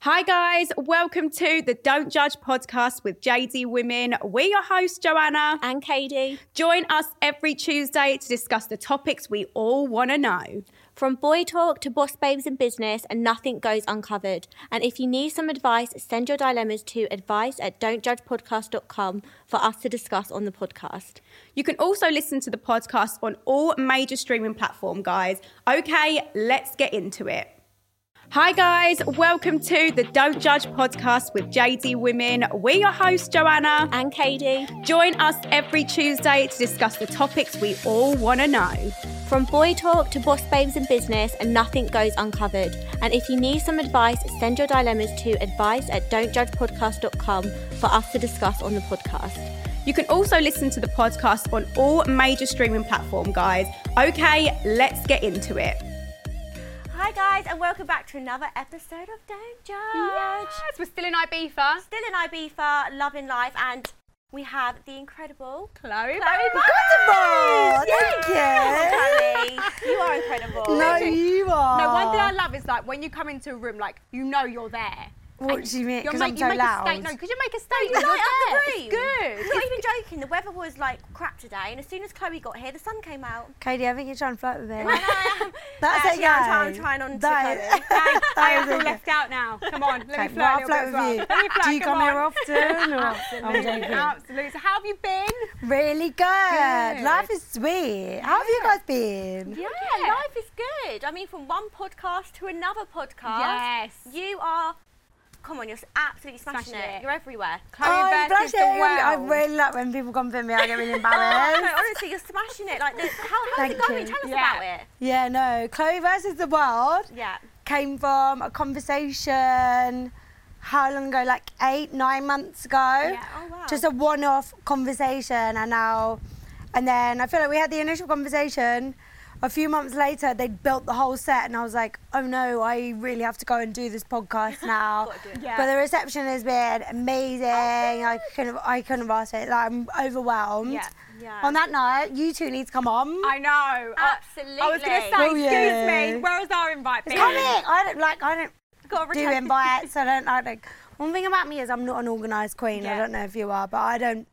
Hi, guys. Welcome to the Don't Judge podcast with JD Women. We're your hosts, Joanna. and Katie. Join us every Tuesday to discuss the topics we all want to know. From boy talk to boss babes in business, and nothing goes uncovered. And if you need some advice, send your dilemmas to advice at don'tjudgepodcast.com for us to discuss on the podcast. You can also listen to the podcast on all major streaming platform, guys. Okay, let's get into it. Hi guys, welcome to the Don't Judge podcast with JD Women. We're your hosts, Joanna. And Katie. Join us every Tuesday to discuss the topics we all want to know. From boy talk to boss babes in business, and nothing goes uncovered. And if you need some advice, send your dilemmas to advice at don'tjudgepodcast.com for us to discuss on the podcast. You can also listen to the podcast on all major streaming platform, guys. Okay, let's get into it. Hi guys, and welcome back to another episode of Don't Judge. we're still in Ibiza. Still in Ibiza, loving life, and we have the incredible Chloe, Incredible! Thank Chloe. you are incredible. No, you are. No, one thing I love is like when you come into a room, like you know you're there. What do you mean? You're Because make- I'm you so make loud. a statement. No, because you make a statement. light You're up the there. It's room. I'm good. not even joking. The weather was like crap today, and as soon as Chloe got here, the sun came out. Katie, I think you're trying to flirt with me. That's That's Actually, okay. uh, I'm, try- I'm trying on to That is- Chloe. Thanks. I is feel okay. left out now. Come on, let me Okay, flirt well, a I'll little bit flirt as with well. you. Let me flirt, Do you come here on. often? Or? I'm Absolutely, joking. absolutely. So how have you been? Really good. Life is sweet. How have you guys been? Yeah, life is good. I mean, from one podcast to another podcast. Yes. You are. Come on, you're s- absolutely smashing, Smashing it. it. You're everywhere. Chloe I'm versus blushing. the I world. really like when people compliment me. I get really Oh, embarrassed. no, honestly, you're smashing it. Like, the, how, how's it Thank going? you. Tell us Yeah. about it. yeah, no. Chloe versus the world Yeah. came from a conversation. How long ago? Like eight, nine months ago. Oh wow. just a one-off conversation and now and then i feel like we had the initial conversation a few months later they'd built the whole set and i was like oh no i really have to go and do this podcast now Gotta do it. Oh, Yeah. but the reception has been amazing i couldn't i couldn't have asked for it like, i'm overwhelmed Yeah. yeah. on that night you two need to come on I know. Uh, I- Absolutely. I was going to say, Oh, excuse yeah. me, where's our invite been? come here i don't like i don't Got do invites i don't i don't one thing about me is i'm not an organized queen i Yeah. don't know if you are but i don't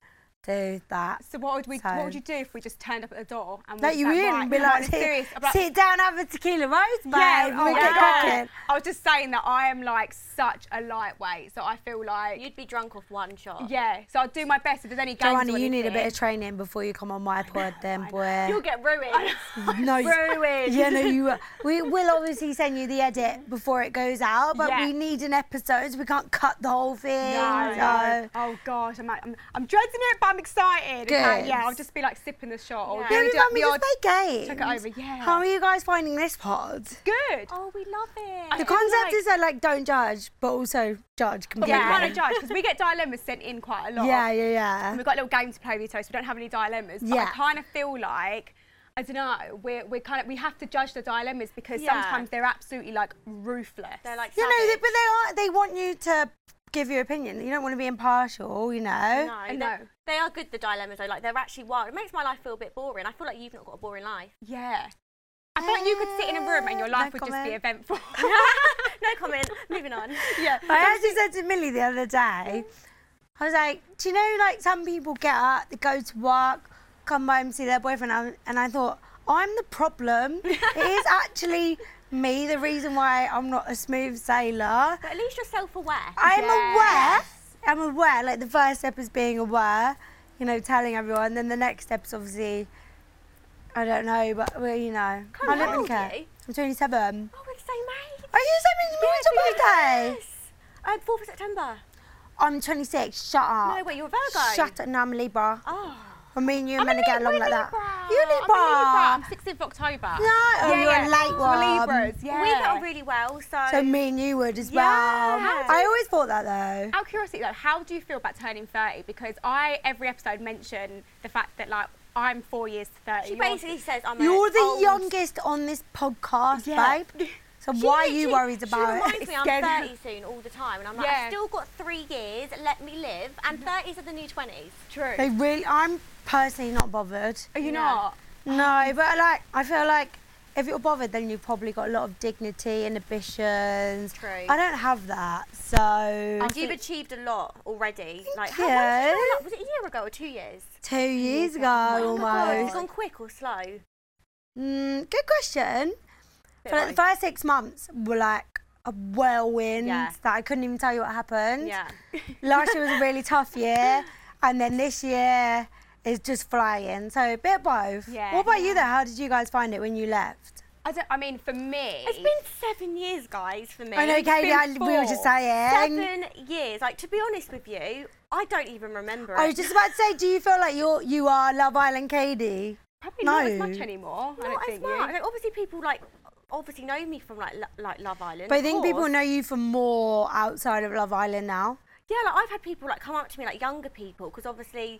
do that So what would we? So- What would you do if we just turned up at the door and we Like you was wouldn't right, be come on, like, let's do this. I'm sit, sit down, have a tequila roast, babe. oh, we get God. cracking. I was just saying that I am like such a lightweight, so I feel like You'd be drunk off one shot. yeah. So I'll do my best if there's any games. Joanna, or you need a anything. bit of training before you come on my pod, then, boy. You'll get ruined. no, you- ruined. Yeah, no, you. will. We will obviously send you the edit before it goes out, but Yeah. we need an episode. so We can't cut the whole thing. No, so- no. Oh gosh, I'm, I'm I'm dreading it, but I'm excited. Okay, Good. yeah, I'll just be like sipping the shot. Or Yeah. do Yeah, we we do might like be the odd- just play Took games. it over, yeah. How are you guys finding this pod? Good. oh, we love it. The feel concept like- is that like don't judge, but also judge But completely. we kind of judge because we get dilemmas sent in quite a lot. yeah, yeah, yeah. And we've got a little game to play with, so we don't have any dilemmas. But I Yeah. kind of feel like. I don't know. We're, we're kind of we have to judge the dilemmas because Yeah. sometimes they're absolutely like ruthless. They're like, You know, they, savage. but they are. They want you to give your opinion. You don't want to be impartial. You know. No, I they- know. They are good, the dilemmas, though. Like, they're actually wild. It makes my life feel a bit boring. I feel like you've not got a boring life. Yeah. I feel like you could sit in a room and your Uh, life no would just be comment. eventful. no comment. Moving on. yeah. I actually said to Millie the other day, I was like, do you know, like some people get up, they go to work, come home, see their boyfriend, and I, and I thought, I'm the problem. it is actually me, the reason why I'm not a smooth sailor. But at least you're self-aware. I'm Yes. aware. I'm aware. Like the first step is being aware, you know, telling everyone. Then the next step's obviously, I don't know, but well, you know, Come I don't on, really care. you. I'm 27. Oh, we're the same age. Are you the same as me? When's your birthday? Yes. Um, 4th of September. I'm 26. Shut up. No, wait, you're a Virgo. Shut up. No, I'm a Libra. Oh. I mean, you I'm and a men get Libra, along like that. Libra. You Libra. I'm a Libra. I'm 6th of October. No, oh, you're a late We're one. Libras, yeah. We get on really well, so... So me and you would as Yeah. well. I always thought that though. Out of curiosity though, how do you feel about turning 30? Because I, every episode, mention the fact that like I'm four years to 30. she You're- basically says I'm You're an the old- youngest on this podcast, Yeah. babe. So Oh. She why are you literally- worried She about reminds it? me I'm Scared. 30 soon all the time, and I'm like, Yeah. I've still got three years, let me live, and 30s are the new 20s. True. They really, I'm personally not bothered. Are Yeah. you not? No, but like I feel like if you're bothered, then you've probably got a lot of dignity, inhibitions. True. I don't have that, so. And you've achieved a lot already. Like, how you. long did you go up? Was it a year ago or two years? Two years ago, Oh my God, has almost. it gone quick or slow? Mm, good question. Bit For like the like- first six months were like a whirlwind Yeah. that I couldn't even tell you what happened. Yeah. Last year was a really tough year, and then this year is just flying. So a bit of both. Yeah. What about you though? How did you guys find it when you left? I don't. I mean, for me, It's been seven years, guys, for me. I know, It's Katie, been I- we were just four. saying. Seven years. Like, to be honest with you, I don't even remember I it. was just about to say, do you feel like you're you are Love Island Katie? probably not as No. much anymore. Not I don't as think you. much. Like, obviously, people like obviously know me from like Lo- like Love Island. But I of think people course. know you for more outside of Love Island now. Yeah, like I've had people like come up to me like younger people because obviously.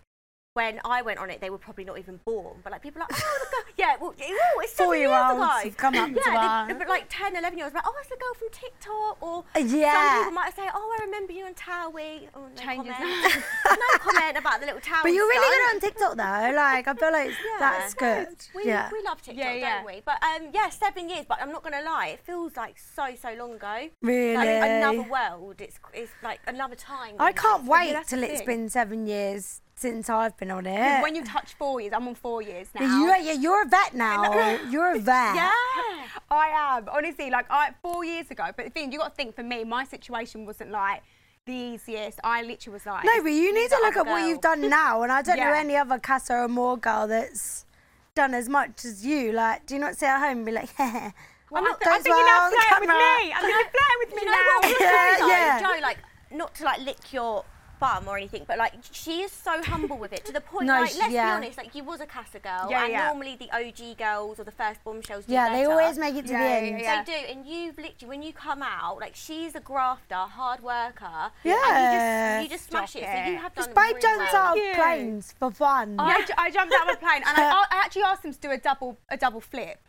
When I went on it, they were probably not even born. But like people are like, oh, the girl. yeah, well, it, oh, it's seven years Four-year-olds ago. have come up to yeah, us. Uh, but like 10, 11 year olds, like, oh, it's the girl from TikTok, or Yeah. some people might say, oh, I remember you on Towie. Oh, no Changes. comment. no comment about the little Towie. But you're really stunt. good on TikTok though. Like I feel like that's No, good. We, yeah. we love TikTok, Yeah, yeah. don't we? But um, yeah, seven years. But I'm not gonna lie, it feels like so so long ago. Really? like, another world. It's it's like another time. I can't almost. wait that's the till it's thing. been seven years since I've been on it. 'Cause when you touch four years, I'm on four years now. you, yeah, you're a vet now. You're a vet. Yeah. I am honestly like I four years ago. But the thing you got to think for me, my situation wasn't like the easiest. I literally was like No, but you need to look at other what girl. you've done now, and I don't know Yeah. any other Casa or more girl that's done as much as you. Like, do you not sit at home and be like, yeah, I'm not. goes I think you're now well on the flirting with camera? me. I think you're flirting with me You know now. what? Yeah, Joe, yeah. Joe, like not to like lick your bum or anything, but like she is so humble with it to the point. No, like she- let's yeah. be honest, like you was a Casa girl, Yeah, and yeah. normally the OG girls or the first bombshells. Do Yeah, they better. always make it to Yeah, the yeah, end. yeah. They do, and you've literally when you come out, like she's a grafter, hard worker. Yeah. and you just you just smash it. Stop So you it. have done Just babe really jumps well. out of Yeah. planes for fun. I, ju- I jumped out of a plane and I, I actually asked him to do a double a double flip,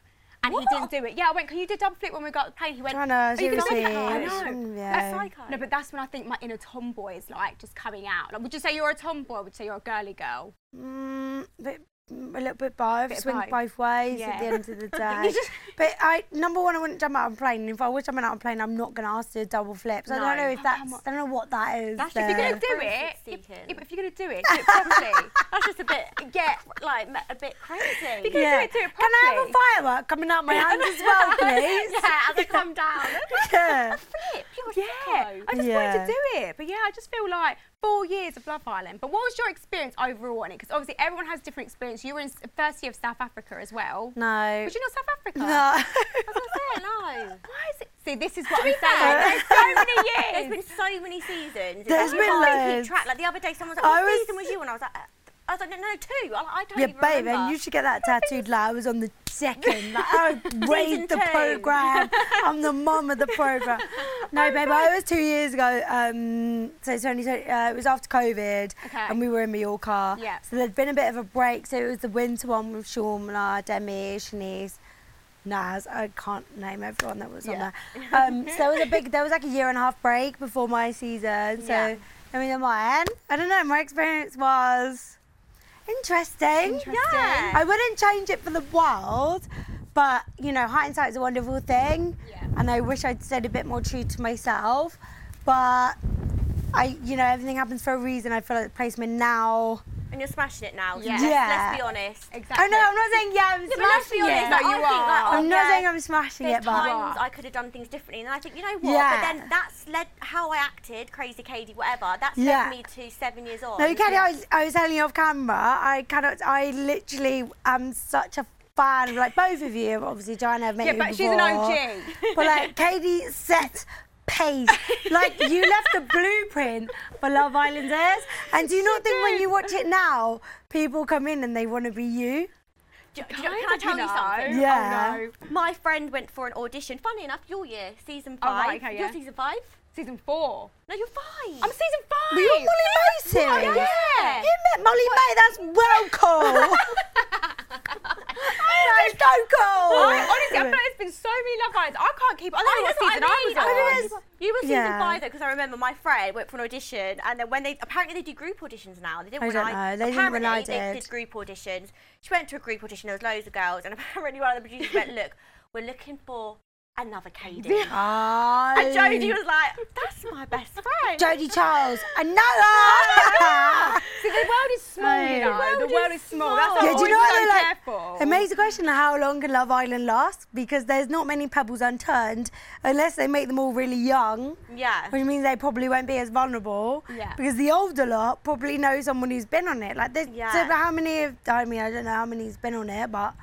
and he didn't do it. Yeah, I went. Can you do a double flip when we got out the plane? He went. I know, "Are you gonna seriously. do that?" I know. Mm, That's yeah. psycho. No, but that's when I think my inner tomboy is like just coming out. Like, would you say you're a tomboy? Or would you say you're a girly girl? Mm, bit, mm, a little bit both, Bit of swing both. both ways at Yeah. the end of the day. but I, number one, I wouldn't jump out on a plane. If I was jumping out on a plane, I'm not going to ask to do double flips. I don't No. know if that's, I don't know what that is. That's If just you're there. gonna do it, Friendship if, seeking. if you're gonna do it, do it properly. That's just a bit get like ma- a bit crazy. Because- gonna do it, do it Can I have a properly. firework coming out my hand as well, please? yeah, as I come down. Yeah. Flip, you're Yeah, yeah. I just Yeah. wanted to do it, but yeah, I just feel like four years of Love Island. But what was your experience overall on it? Because obviously everyone has different experience. You were in s- first year of South Africa as well. No. Was you not South Africa? No. No. Why is it? See, this is what I'm fair- saying. There's so many There's years. been so many seasons. There's There's been I keep loads. track. Like the other day, someone was like, I "What was- season was you?" And I was like, uh, "I was like, no, no, two. I, I don't Yeah, even babe, remember." and you should get that tattooed. Like I was on the second. Like I Season raised the two. program. I'm the mum of the program. Oh, No, babe, I was two years ago. Um, so it's only so, uh, it was after COVID, Okay. and we were in Mallorca. Yeah. So there'd been a bit of a break. So it was the winter one with Shauna, Demi, Shanice. Naz, I can't name everyone that was Yeah. on there. Um, so there was a big, there was like a year and a half break before my season. So Yeah. I mean, mine, I don't know. My experience was interesting. Yeah. I wouldn't change it for the world, but you know, hindsight's a wonderful thing. Yeah. And I wish I'd stayed a bit more true to myself. But I, you know, everything happens for a reason. I feel like the placement now. and you're smashing it now. so Yeah. Let's, Yeah. let's be honest. exactly. Oh no, I'm not saying yeah, I'm But let's be smashing honest, it. like, No, I you think, like, are. oh, I'm not yeah, saying I'm smashing There's it, but times I could have done things differently, and I think you know what. Yeah. But then that's led how I acted, crazy Katie, whatever. That's led Yeah. me to seven years on. No, you Kelly, I was, I was telling you off camera, I cannot, I literally am such a fan of like both of you, obviously, Joanna, I've met Yeah, you but she's an before. OG. But like, Katie set pace. like, you left the blueprint for Love Islanders. And do you not think when you watch it now, people come in and they want to be you? Do you- do you know- can I tell you something? Yeah. Oh, no. My friend went for an audition. Funny enough, your year, season Oh, five. right, okay, You're yeah. season five. Season four. No, you're five. I'm season five. Were you on Molly May series? yeah. You met Molly May, that's well cool. that's so cool. I, honestly, I feel like there's been so many Love Islands. I can't keep. I don't Oh, know what that's what season I I, mean. was on. Yes. You were season Yeah. five though, because I remember my friend went for an audition, and then when they apparently they do group auditions now. They didn't. I when don't I, know, they didn't when apparently I They did. did group auditions. She went to a group audition. There was loads of girls, and apparently one of the producers went, "Look, we're looking for another Katie. Oh. And Jodie was like, that's my best friend. Jodie Charles, another. See, the world is small, you know. world the is world is small. That's small. why Yeah, I'm do you know always what? so Like, careful. it makes the question of how long can Love Island last because there's not many pebbles unturned unless they make them all really young, yeah. which means they probably won't be as vulnerable. Yeah. Because the older lot probably know someone who's been on it. Like, there's Yeah. so how many? Of, I mean, I don't know how many's been on it, but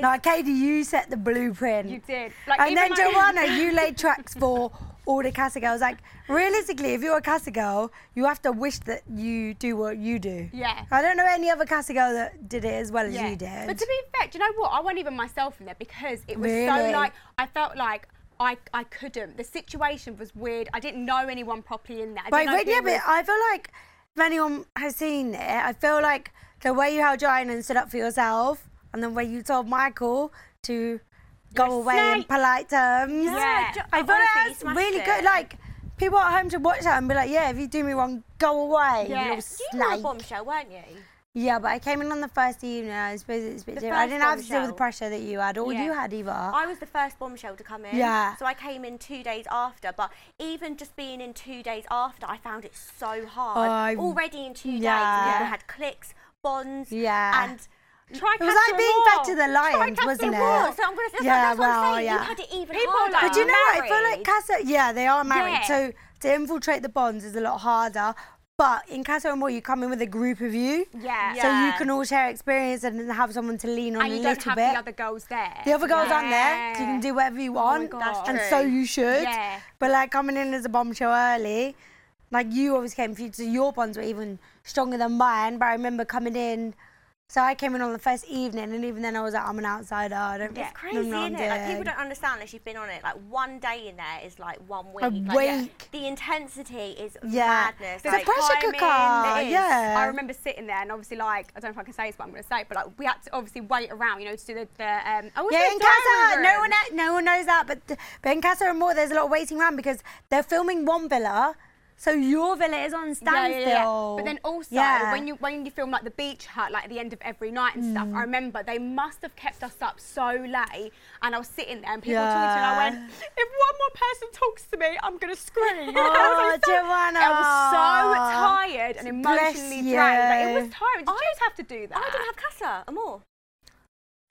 like Katie, you set the blueprint. You did. Like, and even then my- Joanna, you laid tracks for all the Casa girls. Like realistically, if you're a Casa girl, you have to wish that you do what you do. Yeah. I don't know any other Casa girl that did it as well as Yeah. you did. But to be fair, do you know what? I wasn't even myself in there because it was so Really? like I felt like I, I couldn't. The situation was weird. I didn't know anyone properly in there. I Right, didn't but know if yeah, it but was- I feel like if anyone has seen it, I feel like the way you held your hand and stood up for yourself, and the way you told Michael to go You're a away in snake. polite terms. Yeah. Jo- I feel like honestly, you that's smashed really it. good. Like people at home should watch that and be like, "Yeah, if you do me wrong, go away, you Yeah. little you were a snake." bombshell, weren't you? Yeah, but I came in on the first evening. I suppose it's a bit The different. I first didn't have to deal with the bombshell. pressure that you had, or Yeah. you had either. I was the first bombshell to come in. Yeah. So I came in two days after. But even just being in two days after, I found it so Oh, hard. I- Already in two Yeah. days, we had clicks, bonds, Yeah. and Try it was like being back to the lions, Castle wasn't it? Rock. So I'm gonna that's, Yeah, yeah, that's what well, I'm saying. Oh, yeah. You had it even People harder. like- But do you know Married. what? I feel like Casa, yeah, they are married. Yeah. So to infiltrate the bonds is a lot harder. But in Casa and War, you come in with a group of you. Yeah. So you Yeah. can all share experience and have someone to lean on and a you little don't have bit. the other girls there. The other girls aren't there, so you can Yeah. do whatever you want. God. and That's so true. you should. Yeah. But like coming in as a bombshell early, like you always came through, so your bonds were even stronger than mine. But I remember coming in, so I came in on the first evening, and even then I was like, I'm an outsider. I don't It's I crazy, don't know what isn't I'm it? Like people doing. don't understand unless you've been on it. Like one day in there is like one week. A Like, yeah, week. the intensity is Yeah. madness. It's a like, pressure cooker, timing, it is. Ah, yeah. I remember sitting there and obviously like I don't know if I can say this, but I'm going to say it. But like we had to obviously wait around, you know, to do the, the um. Oh, Yeah, in Casa, no one, kno- no one knows that, but, th- but in Casa and more, there's a lot of waiting around because they're filming one villa, so your villa is on Yeah, yeah, standstill. yeah. But then also Yeah. when you when you film like the beach hut, like at the end of every night and Mm. stuff, I remember they must have kept us up so late and I was sitting there and people were talking to me and I Yeah. went, if one more person talks to me, I'm gonna scream. Oh, I, was so, Joanna. I was so tired and Bless emotionally drained. Like, it you. was tiring. Did you have to do that? I didn't have Casa Amor.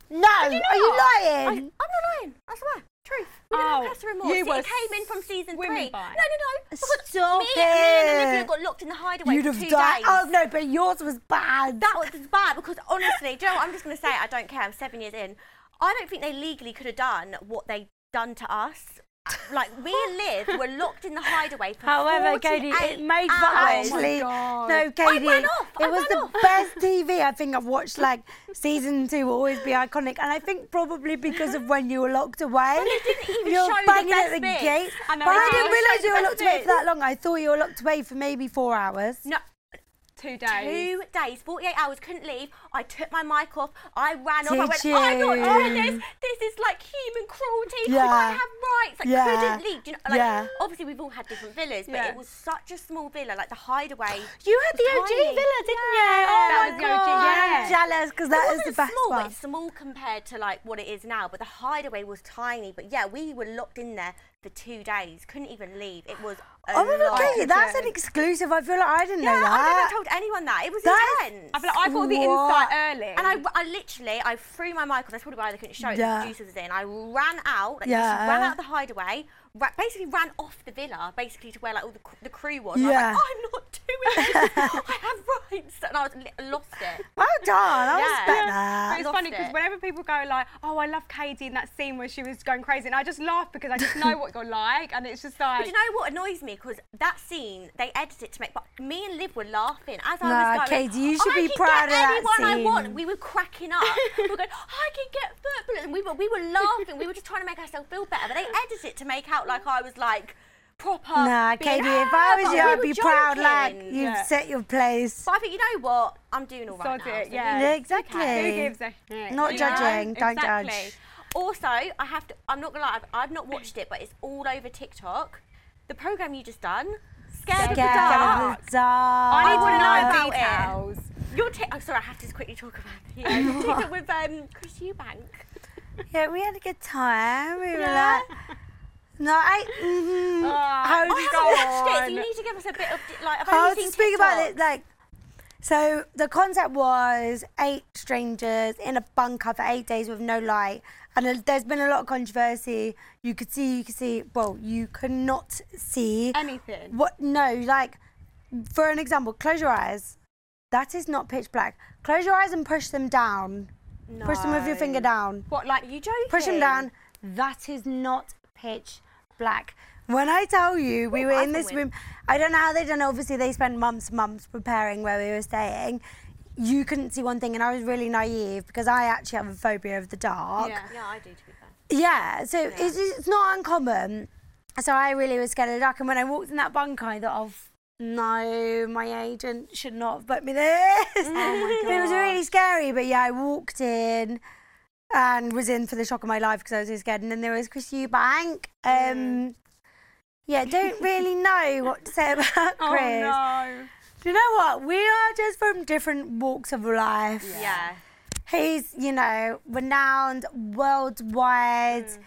No, you are you not? I, I'm lying? not lying. I swear. Truth. We didn't Oh, have Casa Amor. you See, were it came in from season swimming three. by. No, no, no. I got- Stop me, me and it. Olivia got locked in the hideaway You'd for have two died. days. Oh no, but yours was bad. That was bad because honestly, do you know what? I'm just going to say it. I don't care. I'm seven years in. I don't think they legally could have done what they done to us. Like me and Liv were locked in the hideaway for However, 48 Katie, it made hours. for us. Actually, God. no, Katie. ran off. It Oh I was ran the off. best TV I think I've watched. Like season two will always be iconic, and I think probably because of when you were locked away. even You're show the banging at best the bits. gate. I know, but I they didn't didn't show realise the you were best locked away for bits. that long. I thought you were locked away for maybe four hours. No, Two days. two days, 48 hours, couldn't leave. I took my mic off. I ran off. I went, "Oh Did I'm not doing you? this. This is like human cruelty. I Yeah. can't have rights. I Yeah. couldn't leave. Do You know, like, Yeah. Obviously, we've all had different villas, but Yeah. it was such a small villa, like the hideaway. You had the was OG tiny. villa, didn't you? Yeah. Oh That my was the OG, god! yeah. I'm jealous because that is it the wasn't best small, but one. it's small compared to like what it is now. But the hideaway was tiny. But yeah, we were locked in there for two days. Couldn't even leave. It was. A Oh my god, lot. Katie, that's an exclusive. I feel like I didn't Yeah, know I that. never told anyone that. It was That is- intense. I feel like I thought the What? insight early. and I, I literally, I threw my mic off. That's probably why they couldn't show it. Yeah. The producers was in. I ran out, like, just Yeah. ran out of the hideaway, ra- basically ran off the villa, basically to where like all the, cr- the crew was. Yeah. And I was like, I'm not doing this. I have rights, and I was li- lost it. Well done. I Yeah. respect Yeah. that. But it's lost funny because it. whenever people go like, "Oh, I love Katie in that scene where she was going crazy," and I just laugh because I just know what you're like, and it's just like But you know what annoys me? Because that scene, they edited it to make, but me and Liv were laughing as I Nah, was going. Katie, you should I be can proud get of that anyone I scene." want. We were cracking up. we were going, "Oh, I can get footballers. And we were, we were laughing. we were just trying to make ourselves feel better. But they edited it to make out like I was like proper. Nah, being, Katie, if "Ah," I was but you, we I'd were be proud. Like joking. you've Yeah. set your place. But I think, you know what? I'm doing all right Sod now. it, so Yeah, yeah. who exactly. who gives a shit? Not you know? judging, don't Exactly. judge. Also, I have to. I'm not gonna lie. I've, I've not watched it, but it's all over TikTok. The program you just done, scared, of the Get out dark. of the dark. I need know to know Oh, about it. details. Your TikTok. Oh, sorry, I have to just quickly talk about it. Yeah, your TikTok with um, Chris Eubank. Yeah, we had a good time. We were Yeah. like, no, I. Mm, hold Oh, I on. haven't watched it, so you need to give us a bit of like. I've only I'll seen just speak about TikTok. it. Like, so the concept was eight strangers in a bunker for eight days with no light, and uh, there's been a lot of controversy. You could see, you could see. Well, you could not see Anything. What? No, like, for an example, close your eyes. That is not pitch black. Close your eyes and push them down. Push them with your finger down. What, like you joking? Push them down. That is not pitch black. When I tell you, we Ooh, were I in can this win. room. I don't know how they done. it. Obviously, they spent months, months preparing where we were staying. You couldn't see one thing, and I was really naive because I actually have a phobia of the dark. Yeah. Yeah, I do. To be fair. Yeah, so It's, it's not uncommon. So I really was scared of the dark, and when I walked in that bunker, I thought, "Oh no, my agent should not have put me this." it was really scary, but yeah, I walked in and was in for the shock of my life because I was so scared. And then there was Chris Eubank. Um, yeah, don't really know what to say about Oh Chris. no. Do you know what? We are just from different walks of life. Yeah. He's, you know, renowned worldwide. Mm.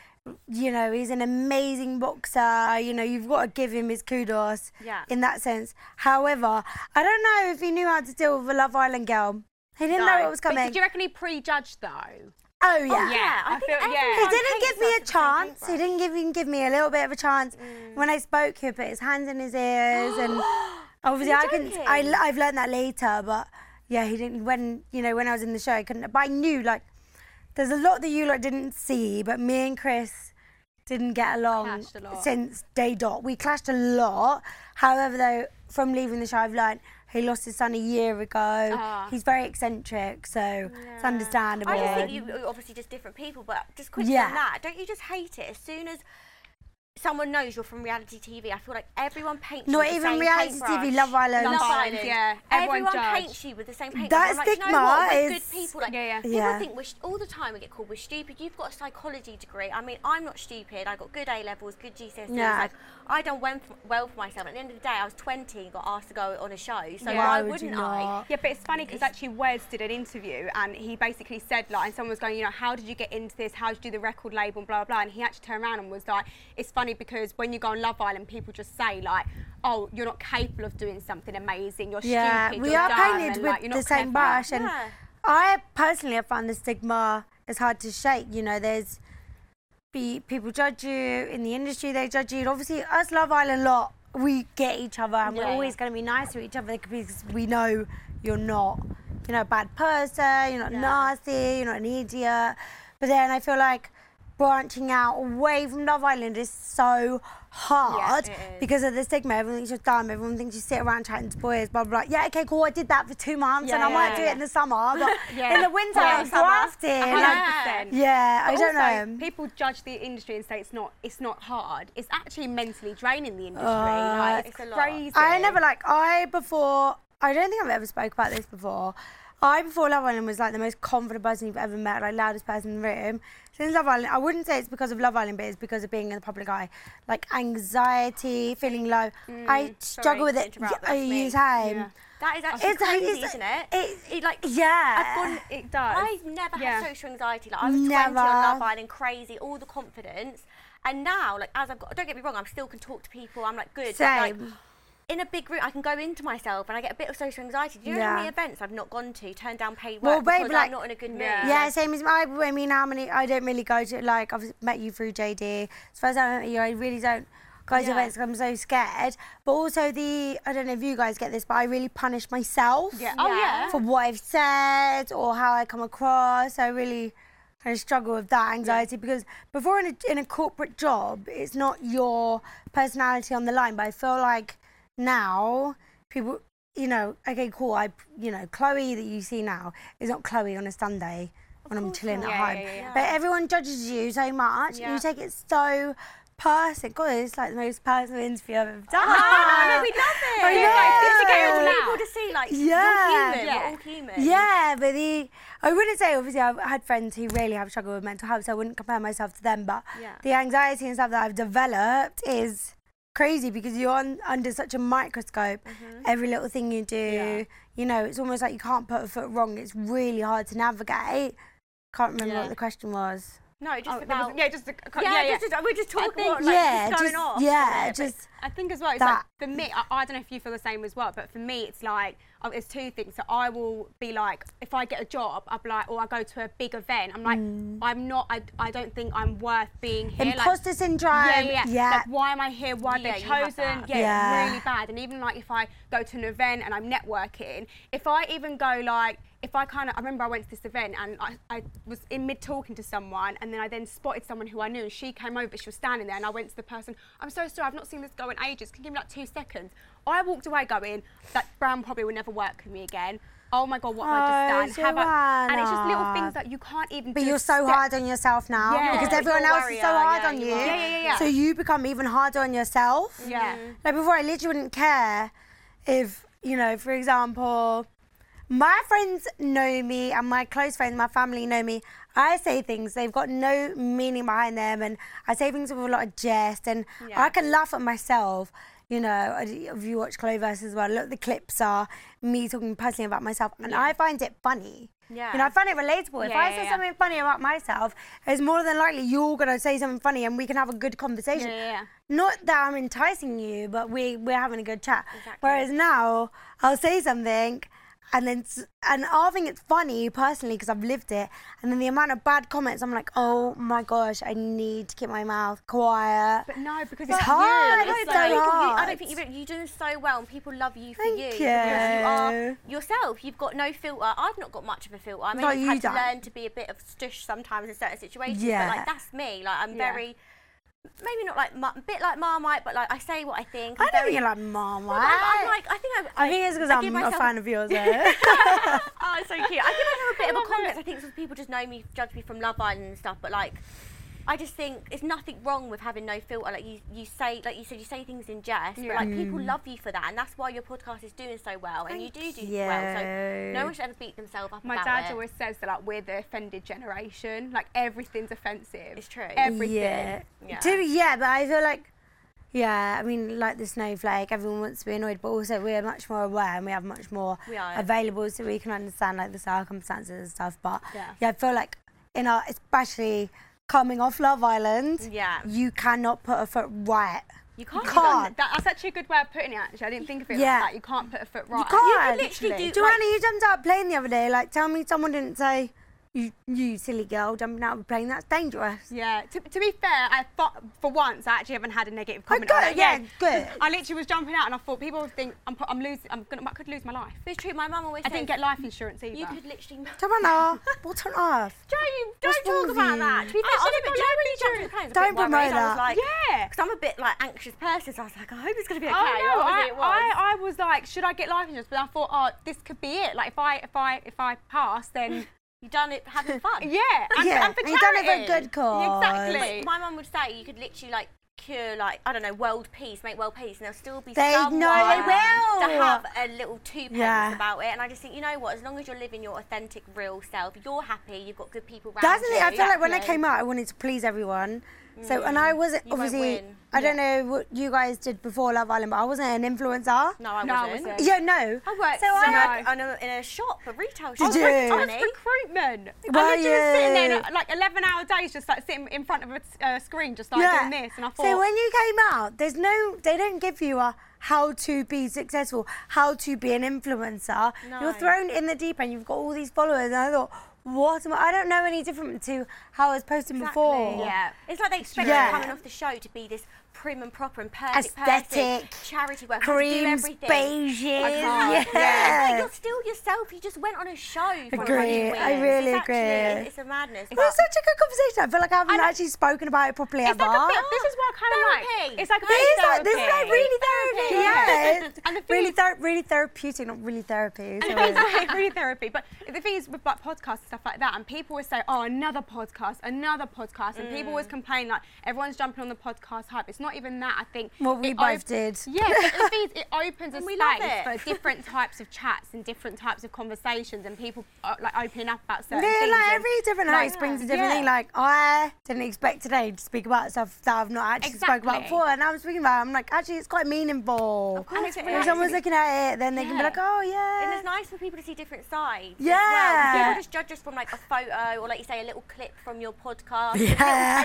You know, he's an amazing boxer. You know, you've got to give him his kudos Yeah. in that sense. However, I don't know if he knew how to deal with a Love Island girl. He didn't know what was But coming. did you reckon he prejudged though? oh, yeah. Yeah, I, I think feel- yeah. everyone He didn't hates give me us a at the same time, chance. He didn't give, even give me a little bit of a chance. Mm. When I spoke, he put his hands in his ears, and obviously Are I you can. joking? I, I've learned that later, but yeah, he didn't. When you know, when I was in the show, I couldn't. But I knew like there's a lot that you like didn't see, but me and Chris didn't get along Clashed a lot. since day dot. We clashed a lot. However, though, from leaving the show, I've learned. He lost his son a year ago. Ah. He's very eccentric, so it's understandable. I just think you you're obviously just different people, but just quickly Yeah. on that, don't you just hate it as soon as someone knows you're from reality TV? I feel like everyone paints you Not with the even same reality paintbrush. TV, Love Island. Love Island, yeah. Everyone Everyone, judge. paints you with the same paintbrush. That I'm like, "Do you know what? stigma We're is- good people. Like, Yeah, yeah. People Yeah. think we're st- all the time. We get called we're stupid. You've got a psychology degree. I mean, I'm not stupid. I got good A levels, good GCSEs. Yeah. Like, I done well for, well for myself. At the end of the day, I was 20 and got asked to go on a show. So Yeah. Why why would you wouldn't I? not? Yeah, but it's funny because actually Wes did an interview and he basically said like, and someone was going, you know, how did you get into this? How did you do the record label and blah blah? blah. And he actually turned around and was like, it's funny because when you go on Love Island, people just say like, oh, you're not capable of doing something amazing. You're yeah, stupid. we you're are dumb, painted and, with like, you're not the same clever." brush, and Yeah. I personally have found the stigma is hard to shake. You know, there's be people judge you in the industry; they judge you. And obviously, us Love Island lot, we get each other, and Yeah, we're yeah. always going to be nice to each other because we know you're not, you know, a bad person, you're not nasty, you're not an idiot. But then I feel like branching out away from Love Island is so hard it is. because of the stigma. Everyone thinks you're dumb. Everyone thinks you sit around chatting to boys, blah, blah, blah. Yeah, okay, cool. I did that for two months and Yeah, I might yeah, do yeah. it in the summer. But Yeah. in the winter, Yeah, I'm summer. grafting. Like, 100%. yeah, I But don't also, know. People judge the industry and say it's not it's not hard. It's actually mentally draining the industry. Uh, like, it's, It's a lot. crazy. I never like I before. I don't think I've ever spoke about this before. I before Love Island was like the most confident person you've ever met, like loudest person in the room. Since Love Island, I wouldn't say it's because of Love Island, but it's because of being in the public eye, like anxiety, feeling low. I struggle with Mm, to it. interrupt, I that's me. use time. Yeah. That is actually It's- crazy, it's- isn't it? it's- it like Yeah. I've gone, it does. I've never Yeah. had social anxiety. Like I was 20 Never. on Love Island, crazy, all the confidence. And now, like as I've got, don't get me wrong, I'm still can talk to people. I'm like good. but, like, Same. in a big room, I can go into myself, and I get a bit of social anxiety. Do you know how Yeah. many events I've not gone to, turned down paid work Well, babe, because like- I'm not in a good mood? Yeah. Yeah, same as my. I mean, how many? I don't really go to like. I've met you through JD. As far as I met you, I really don't go to Yeah. events 'cause I'm so scared. But also the I don't know if you guys get this, but I really punish myself. Yeah. Oh, yeah. For what I've said or how I come across, I really kind of struggle with that anxiety because before in a, in a corporate job, it's not your personality on the line. But I feel like now people. You know, okay, cool. I, you know, Chloe that you see now is not Chloe on a Sunday when I'm chilling at Yeah, home. yeah, yeah. But everyone judges you so much. Yeah. You take it so personal. God, it's like the most personal interview I've ever done. I know, Ah, we love it. I Yeah, know. like, people to see, like, Yeah. you're human. Yeah. We're all human. Yeah, but the I wouldn't say obviously I've had friends who really have struggled with mental health, so I wouldn't compare myself to them. But Yeah. the anxiety and stuff that I've developed is crazy because you're on, under such a microscope. Every little thing you do, you know, it's almost like you can't put a foot wrong. It's really hard to navigate. Can't remember Yeah. what the question was. No, just Oh, about about- yeah, just a, Yeah, yeah, yeah. just a- we're just talking think- about, like, yeah, just going just- off. yeah, But- just I think as well, it's That- like for me, I, I don't know if you feel the same as well, but for me, it's like oh, there's two things. So I will be like, if I get a job, I'll be like, or I go to a big event, I'm like, Mm. I'm not, I, I don't think I'm worth being here. like- Imposter syndryme, Yeah, yeah. yeah. Like, why am I here? Why Yeah, they you have chosen? that. Yeah, Yeah. it's really bad. And even like if I go to an event and I'm networking, if I even go like, if I kind of, I remember I went to this event and I, I was in mid talking to someone and then I then spotted someone who I knew and she came over, she was standing there and I went to the person, I'm so sorry, I've not seen this go in ages. Can you give me like two seconds? I walked away going, that brand probably will never work with me again. Oh my God, what have I Oh, just done? Have I-" And it's just little Joanna. things that you can't even But do you're so step- hard on yourself now Yeah. because You're everyone a else is so warrior, hard yeah, on you you. are. Yeah, yeah, yeah. So you become even harder on yourself. Yeah. Like before, I literally wouldn't care if, you know, for example, my friends know me and my close friends, my family know me. I say things, they've got no meaning behind them, and I say things with a lot of jest, and I can laugh at myself. You know, I- if you watch Cloverse as well, look, the clips are me talking personally about myself, and I find it funny. You know, Yeah. I find it relatable. if Yeah, I yeah, say yeah. something funny about myself, it's more than likely you're going to say something funny and we can have a good conversation. Yeah, yeah, yeah. Not that I'm enticing you, but we we're having a good chat. Exactly. Whereas now I'll say something, and then s- and I think it's funny personally because I've lived it. And then the amount of bad comments, I'm like, oh my gosh, I need to keep my mouth quiet. But no, because It's it's hard. you. But It's it's so like, you- I hard. don't think you're, you're doing so well, and people love you for Thank you. Because you. you are yourself. You've got no filter. I've not got much of a filter. I mean, No, I've you had don't. to learn to be a bit of stush sometimes in certain situations. But Yeah. like that's me. Like I'm Yeah. very, maybe not like Mar- a bit like Marmite, but like I say what I think. I I'm know very- you're like, mom, Well, I'm, I'm like I think I. I think it's because I give I'm a myself- fan of yours. eh? Oh, it's so cute. I think I have a bit of a complex. I think some people just know me, judge me from Love Island and stuff, but like, I just think it's nothing wrong with having no filter. Like you, you say, like you said, you say things in jest, Yeah. Mm. but like people love you for that, and that's why your podcast is doing so well, and you do Thank do well. So you. no one should ever beat themselves up My about dad it. always says that like we're the offended generation. Like everything's offensive. It's true. Everything. Yeah. Yeah. To be- yeah, but I feel like, yeah, I mean, like the snowflake, everyone wants to be annoyed, but also we're much more aware and we have much more We are. available so we can understand like the circumstances and stuff. But Yeah. I feel like in our, especially coming off Love Island, Yeah. you cannot put a foot right. you can't. You do can't. that. That, that's actually a good way of putting it. Actually, I didn't think of it Yeah. like that. You can't put a foot right. You can't. could literally do- Joanna, like- you jumped out of a plane the other day. Like, tell me someone didn't say, you, you silly girl, jumping out of a plane, that's dangerous. Yeah. To, to be fair, I thought for once I actually haven't had a negative comment. Oh, good, on it. yeah, good. I literally was jumping out and I thought people would think I'm, pu- I'm losing. I'm gonna. I could lose my life. But it's true. My mum always I says didn't get life insurance either. you could literally. Joanna, what's on earth? Don't, What's don't wrong talk with about you? that. To be I fair, I should've was a got bit, do you know when you life jumped the plane, I was a Don't bit worried. promote I was that. like, Yeah. Because I'm a bit like anxious person, so I was like, I hope it's gonna be okay. Oh, no, Obviously I, it was. I, I was like, should I get life insurance? But I thought, oh, this could be it. Like if I if I if I pass, then you done it having fun. yeah. And, yeah, and for you done it for a charity. good cause. Exactly. Like, my mum would say you could literally like cure like I don't know world peace, make world peace, and there'll still be They- no, someone they to will. have a little two pence Yeah. about it. And I just think you know what, as long as you're living your authentic, real self, you're happy, you've got good people around That's the you. thing. I feel like when I came out, I wanted to please everyone. So, and I wasn't Mm. won't obviously. win. I don't know what you guys did before Love Island, but I wasn't an influencer. no, I No, I wasn't. wasn't. Yeah, no. I worked So in, I- a, on a, in a shop, a retail Did shop. you? I was Oh, running it's recruitment. Were I literally was sitting there you? like- like 11 hour days, just like sitting in front of a s- uh, screen, just like doing this. And I thought, So when you came out, there's no. They don't give you a how to be successful, how to be an influencer. You're No. thrown in the deep end. You've got all these followers, and I thought, what am I? I don't know any different to how I was posting before. Yeah. It's like they expect Yeah. you coming off the show to be this prim and proper and perfect Aesthetic, person, charity work, how to do Creams, everything. beiges. Yeah. can't. Yeah. But you're still yourself. You just went on a show. For Agree. Running Wheels. I really it's actually- agree. it's- it's a madness. It was such a good conversation. I feel like I haven't know. actually spoken about it properly it's ever. like a bit, this is what I kind of like. Therapy. It's like a It bit is therapy. like this is like really therapy. Yeah. it's And the thing really, is- ther- really therapeutic, not really therapy. so It's it's- like really therapy. But the thing is with like podcasts and stuff like that, and people would say, "Oh, another podcast, another podcast," and people always Mm. complain like everyone's jumping on the podcast hype. It's not even that. I think Well, we it both did. Yeah, but the thing is, it opens a we love space it. for different types of chats and different types of conversations, and people uh, like opening up about certain yeah, things. like and- every different like, house brings a different yeah. thing. Like I didn't expect today and if it When is, someone's looking at it, then they can be Yeah. like, oh And yeah. it's nice for people to see different sides. as well. Yeah. People just judge us from like a photo or like you say a little clip from your podcast. Yeah.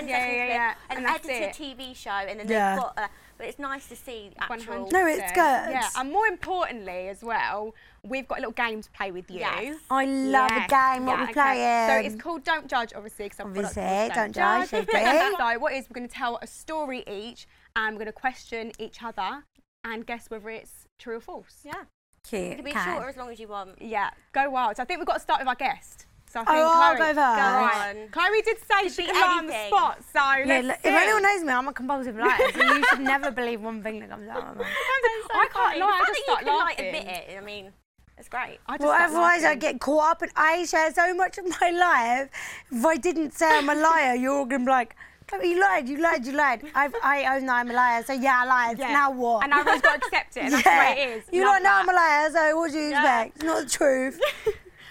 Yeah. Yeah, yeah, yeah. An And that's edited it. TV show and then Yeah. they've got a, but it's nice to see actual. 100%. No, it's good. Yeah, and more importantly as well, we've got a little game to play with you. Yes. I love a Yes. game. What we Yeah, okay. playing? So it's called Don't Judge, obviously. 'cause I've got lots of Obviously, people to don't judge, obviously. so what is, we're going to tell a story each and we're going to question each other and guess whether it's true or false. Yeah. It cute. can be okay. short or as long as you want. Yeah, go wild. So I think we've got to start with our guest. So I think Oh, I'll Chloe. go first. Right. Chloe did say she be could lie on the anything. spot, so Yeah, let's look, if see. anyone knows me, I'm a compulsive liar, so you should never believe one thing that comes out of my mouth. I can't Funny, the lie, I fact just that start you can, laughing. Like, admit it. I mean, it's great. I just Well, start otherwise I laughing. get caught up and I share so much of my life. If I didn't say I'm a liar, you're all gonna be like, "Chloe, you lied, you lied, you lied. I've, I own that I'm a liar, so yeah, I lied. Yeah. Now what? And I've always got to accept it, and that's the way it is. You Love lot know I'm a that. liar, so what do you expect? It's not the truth.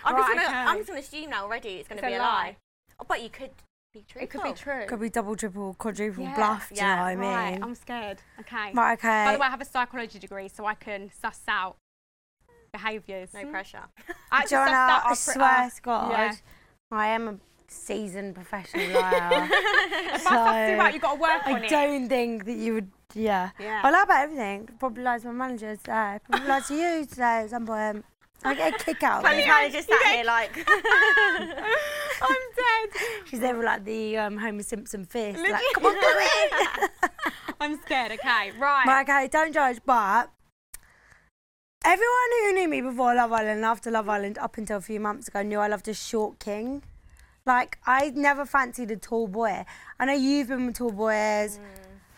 I'm just Right, gonna. okay. I'm just gonna assume now already. It's gonna It's a be a lie. lie. Oh, but you could be true. It could be true. Could be double, triple, quadruple Yeah, bluff, do you know yeah, what I mean? Right, I'm scared. Okay. Right, okay. By the way, I have a psychology degree, so I can suss out behaviours. No pressure. I actually sussed Joanna, out I our pre- uh, swear our- to God, Yeah. I am a seasoned professional liar. If I suss you So, out, you've got to work on I it. don't think that you would. Yeah. Yeah. I lie about everything. Probably lies to my manager today. Probably lies to you today at some point. um, I get a kick out of Chloe's it. kind of just sat here like. I'm dead. She's ever like the um, Homer Simpson fist. Like, come on, do it. I'm scared. Okay, right. But okay, don't judge. But everyone who knew me before Love Island and after Love Island up until a few months ago knew I loved a short king. Like I never fancied a tall boy. I know you've been with tall Mm. boys.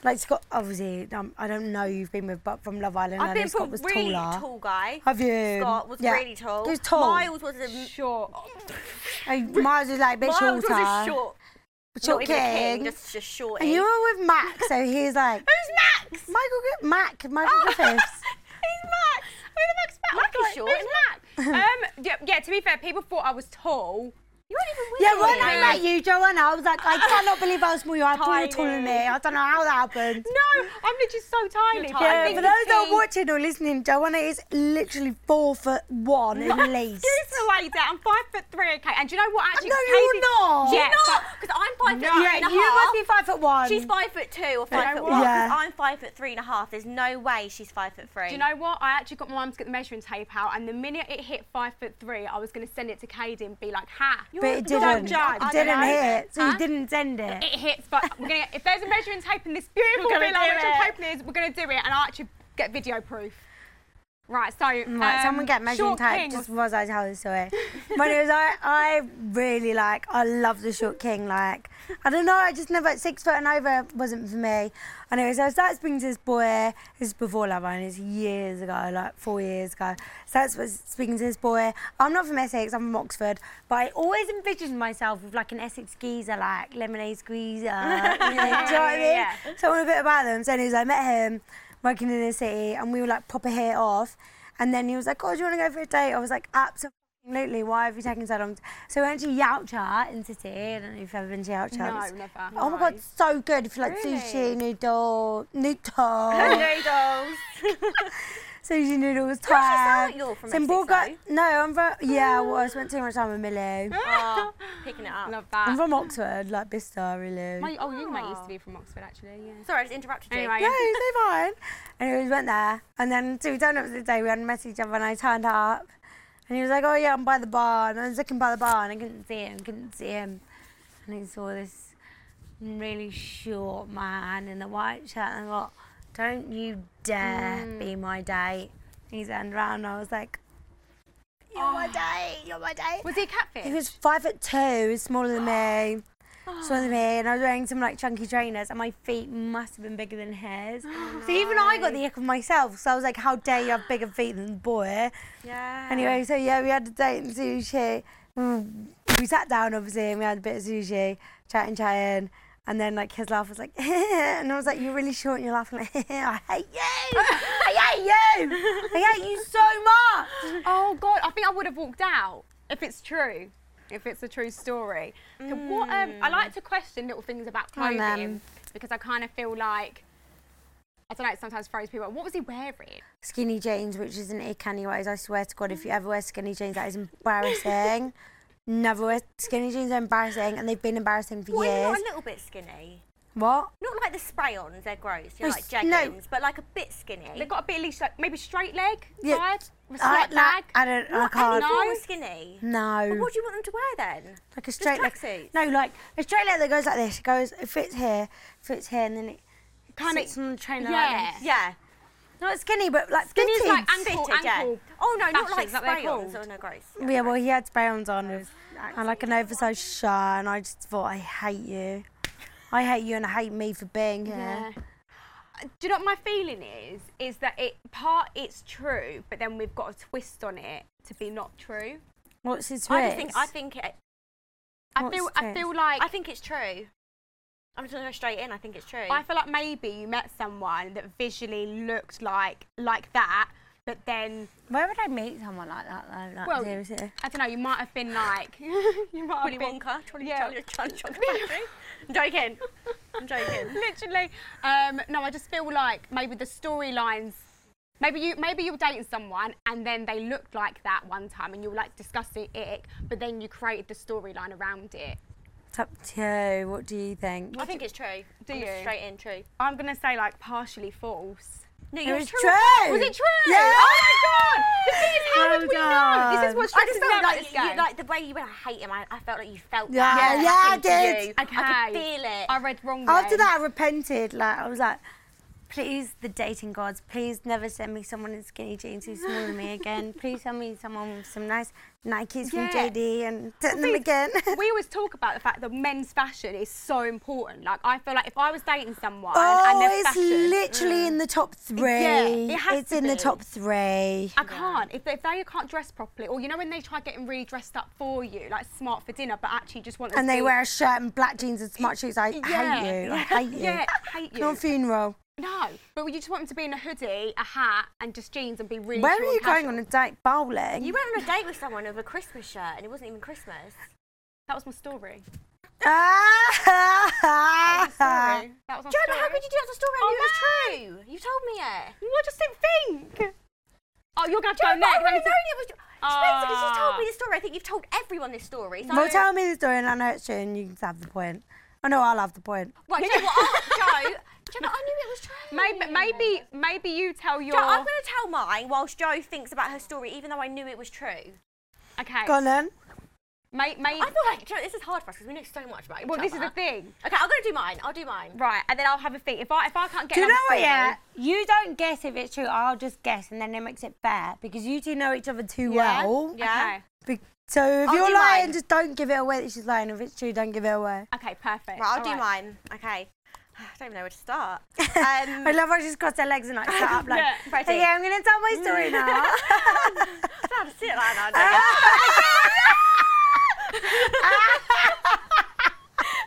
Like Scott, obviously, um, I don't know who you've been with, but from Love Island, I I've know been Scott put was really taller. tall guy. Have you? Scott was Yeah. really tall. He was tall. Miles was a Short. Hey, Miles was like a bit Miles shorter. was a short, short not even a king, king. just a short. And you were with Mac, so he's like Who's Max? Michael Gri- Mac, Michael Griffiths. Who's Max? Who the fuck's Max? Max is Like, short, Who's Max? um, yeah, yeah, to be fair, people thought I was tall. You weren't Yeah, even when with me. I met you, Joanna, I was like, I cannot believe how small you are. I thought you were taller than me. Tiny. I don't know how that happened. No, I'm literally so tiny. but I Yeah, think for those the that are key- watching or listening, Joanna is literally four foot one at least. Seriously, lady, I'm five foot three, okay? And do you know what? Actually, No, you're Katie- not. Yeah, You're not, because I'm five foot No. three Yeah, and a you must half. be five foot one. She's five foot two or five know foot what? one. 'cause Yeah. I'm five foot three and a half. There's no way she's five foot three. Do you know what? I actually got my mum to get the measuring tape out, and the minute it hit five foot three, I was going to send it to Katie and be like, "Ha!" but it don't didn't. judge. It didn't I don't know. hit, so Huh? you didn't send it. It hits, but we're gonna. If there's a measuring tape in this beautiful gonna villa, do which I'm it. hoping is, we're going to do it, and I actually get video proof. Right. So. Right, um, someone get measuring short tape king just or- was I tell this story. but it was I I really like I love the short king, like I don't know, I just never six foot and over wasn't for me. Anyway, so I started speaking to this boy, this is before Love Island, it's years ago, like four years ago. So I started sp- speaking to this boy. I'm not from Essex, I'm from Oxford, but I always envisioned myself with like an Essex geezer, like lemonade squeezer. you know, do you know what I mean? Yeah. So I want a bit about them. So anyways, I met him working in the city and we were like proper hit off. And then he was like, oh, do you want to go for a date? I was like, absolutely. Why have you taken so long? So we went to Yautja in city. I don't know if you've ever been to Yautja. No, It's- never. Oh my God, so good. If you like sushi, noodle, noodle, Noodles. sushi noodles, sound Thai. like you're from It's in Essex, Bulga- No, I'm from, yeah, well, I spent too much time in Millie. Oh, picking it up. Love I'm that. from Oxford, like Bicester, really. Mm. My, oh, you might used to be from Oxford, actually. Yeah. Sorry, I just interrupted you. Anyway. No, it's so fine. Anyway, we went there, and then so we turned up for the day. We had a message up, and I turned up, and he was like, "Oh yeah, I'm by the bar." And I was looking by the bar, and I couldn't see him, couldn't see him, and he saw this really short man in the white shirt, and I thought, "Don't you dare be my date." And he turned around, and I was like, "You're my date. You're my date." Was he a catfish? He was five foot two, he was smaller than me. Smaller than me, and I was wearing some like chunky trainers, and my feet must have been bigger than his. So even I got the ick of myself. So I was like, "How dare you have bigger feet than the boy?" Yeah. Anyway, so yeah, we had a date and sushi. Mm, We sat down obviously, and we had a bit of sushi, chatting, chatting, and then like his laugh was like, and I was like, "You're really short," and you're laughing like, "I hate you! I hate you! I hate you so much!" Oh God, I think I would have walked out if it's true. If it's a true story. So What, Mm. um, I like to question little things about Come on, clothing then. because I kind of feel like I don't know, it sometimes throws people out. What was he wearing? Skinny jeans, which is an ick anyways. I swear to God, if you ever wear skinny jeans, that is embarrassing. Never wear skinny jeans. Are embarrassing, and they've been embarrassing for Well, you're years. not a little bit skinny. What? Not like the spray-ons, they're gross. You're No, like s- no. jeggings, but like a bit skinny. They've got a bit at least, like, maybe straight leg, Yeah. side, a I, slight bag. I don't. I can't. Anyone was skinny. No. What do you want them to wear then? like a straight leg. tracksuits? No, like a straight leg that goes like this. It goes. It fits here. Fits here, and then it Kind of- sits on the trainer. yeah. Like this. Yeah. Not skinny, but like Skinny is fitted. like ankle- Fitted, yeah. ankle Oh no, not fashions, like is that what they're spray-ons. Oh called? no, gross. Yeah, well, he had spray-ons on with, and like an oversized shirt, and I just thought, I hate you. I hate you, and I hate me for being here. Uh, Do you know what my feeling is? Is that it part it's true, but then we've got a twist on it to be not true. What's his twist? I just think I think it, I What's feel the I feel like I think it's true. I'm just gonna go straight in. I think it's true. I feel like maybe you met someone that visually looked like like that, but then Where would I meet someone like that though? Like, Well, seriously. I don't know. You might have been like you might Willy have been Wonka, Charlie yeah. Charlie Charlie Chocolate Factory. I'm joking. I'm joking. literally. Um, no, I just feel like maybe the storylines. Maybe you maybe you were dating someone and then they looked like that one time and you were like discussing it, but then you created the storyline around it. It's up to you. What do you think? I think it's true. Do I'm just you? Straight in, true. I'm gonna say like partially false. No, It you're was true. Was it true? Yeah. Oh my god! The thing is, how Well would we know? This done. is what I stresses just me felt out about like, this you, game. like the way you went, I hate him. I, I felt like you felt Yeah, that. yeah, I happened to did. you. I could Okay. feel it. I read wrong. After then. that, I repented. Like, I was like, please, the dating gods, please never send me someone in skinny jeans who's smaller than me again. Please send me someone with some nice Nikes from Yeah. JD and send them again. we always talk about the fact that men's fashion is so important. Like I feel like if I was dating someone and Oh, their it's fashion, Mm. literally in the top three. it has it's to in the be. top three. I can't. If, if they can't dress properly, or you know when they try getting really dressed up for you, like smart for dinner, but actually just want. to And they be- wear a shirt and black jeans and smart shoes. I hate you. I hate you. Yeah, hate you. Not funeral. No, but you just want them to be in a hoodie, a hat, and just jeans and be really. Where chill are and you going casual. on a date bowling? You went on a date with someone with a Christmas shirt and it wasn't even Christmas. That was my story. Ah! That was my story. That was my Jonah, story. how could you do that to a story? I Oh, knew it was true. You told me it. What does it think? Oh, you're gonna have to Jonah, go but next. I would Let me have see- known it was true. It's basically because you told Ah. me this story. I think you've told everyone this story. So well, tell me the story and I know it's true and you can have the point. I know I'll have the point. Right, Joe, what? Oh, Joe, Jonah, I knew it was true. Maybe, maybe, maybe you tell your. Joe, I'm going to tell mine whilst Joe thinks about her story, even though I knew it was true. Okay. Go on then. May, may, I feel like, Joe, this is hard for us because we know so much about each well, this is the other. thing. Okay, I'm going to do mine. I'll do mine. Right, and then I'll have a think. If I if I can't get Do you know what, another story, yeah? You don't guess if it's true, I'll just guess and then it makes it fair because you two know each other too Yeah. well. Yeah. Be- so if I'll you're do lying, mine. just don't give it away that she's lying. If it's true, don't give it away. Okay, perfect. Right, I'll do Alright. mine. Okay. I don't even know where to start. Um, I love how she's crossed her legs and like sat up like, Yeah, ready. okay, I'm gonna tell my story now. I don't see it like that. I don't get it.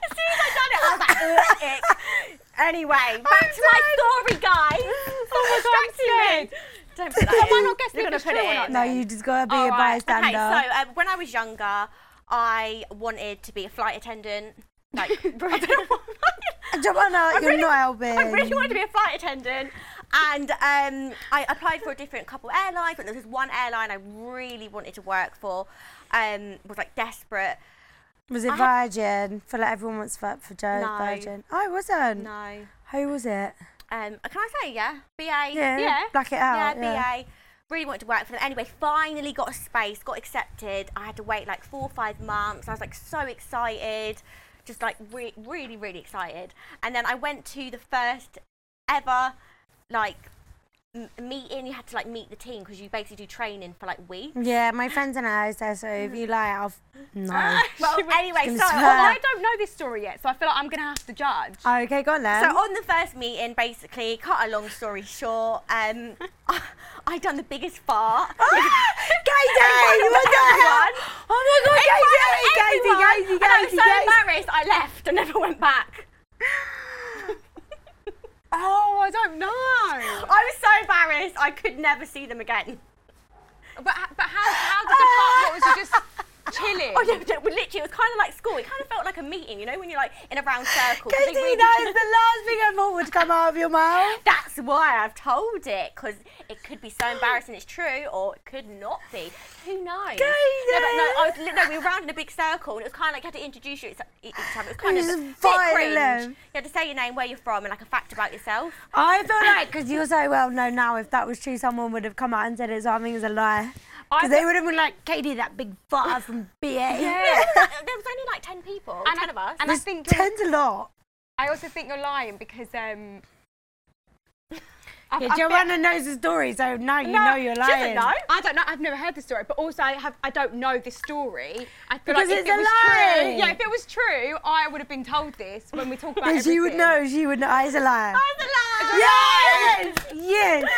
as soon as I done it, I was like, "Ugh, ick." Anyway, back to my story, guys. Oh my God, I'm scared. Don't put that Am I in. not guessing You're if gonna it's put true it or in. not? no, you just gotta be a Alright, bystander. Okay, so um, when I was younger, I wanted to be a flight attendant. Like, I don't know why. Jump on out, you're really- not helping. I really wanted to be a flight attendant, and um, I applied for a different couple airlines, but there was this one airline I really wanted to work for. Um, was like desperate. was it I had- Virgin? I feel like everyone wants to work for Joe No. Virgin. I wasn't. No. Who was it? Um, can I say yeah? BA. Yeah. Yeah. Black it out. Yeah, BA. Really wanted to work for them. Anyway, finally got a space, got accepted. I had to wait like four or five months. I was like so excited, just like re- really, really excited. And then I went to the first ever like m- meeting. You had to like meet the team because you basically do training for like weeks. Yeah, my friends and I was there, so if you lie, I'll. F- no. Well, anyway, Oh, gonna so swear. Well, I don't know this story yet, so I feel like I'm gonna have to judge. Oh, okay, go on then. So on the first meeting, basically, cut a long story short, um, I done the biggest fart. Katie, what the hell? Oh my god, Katie, Katie, Katie, and I was Katie, so Katie. embarrassed, I left and never went back. Oh, I don't know. I was so embarrassed, I could never see them again. But h- but how how did the part? What was you just? chilling. Oh, no, no, we literally, it was kind of like school. It kind of felt like a meeting, you know, when you're like in a round circle. 'cause Katie, they really- that is the last thing I thought would come out of your mouth. That's why I've told it, because it could be so embarrassing it's true, or it could not be. Who knows? No, but no, I was, li- no, we were round in a big circle, and it was kind of like you had to introduce you each each other. It was kind of This a is bit violent. cringe. You had to say your name, where you're from, and like a fact about yourself. I feel like because you're so well known now, if that was true, someone would have come out and said it. So I think it's a lie. Because they would have been like, Katie, that big fart from BA. Yeah. there was only like 10 people, And 10 I- of us. And I think you're, Turns a lot. I also think you're lying because um. I've- Yeah, I've been- Joanna knows the story, so now you know you're doesn't lying. know. I don't know. I've never heard the story, but also I have. I don't know this story. I feel Because like it's if it a was lie. true, yeah, if it was true, I would have been told this when we talk about. And she would everything. know. She would know. Ah, It's a liar. It's a lie. It's a Yes, yes.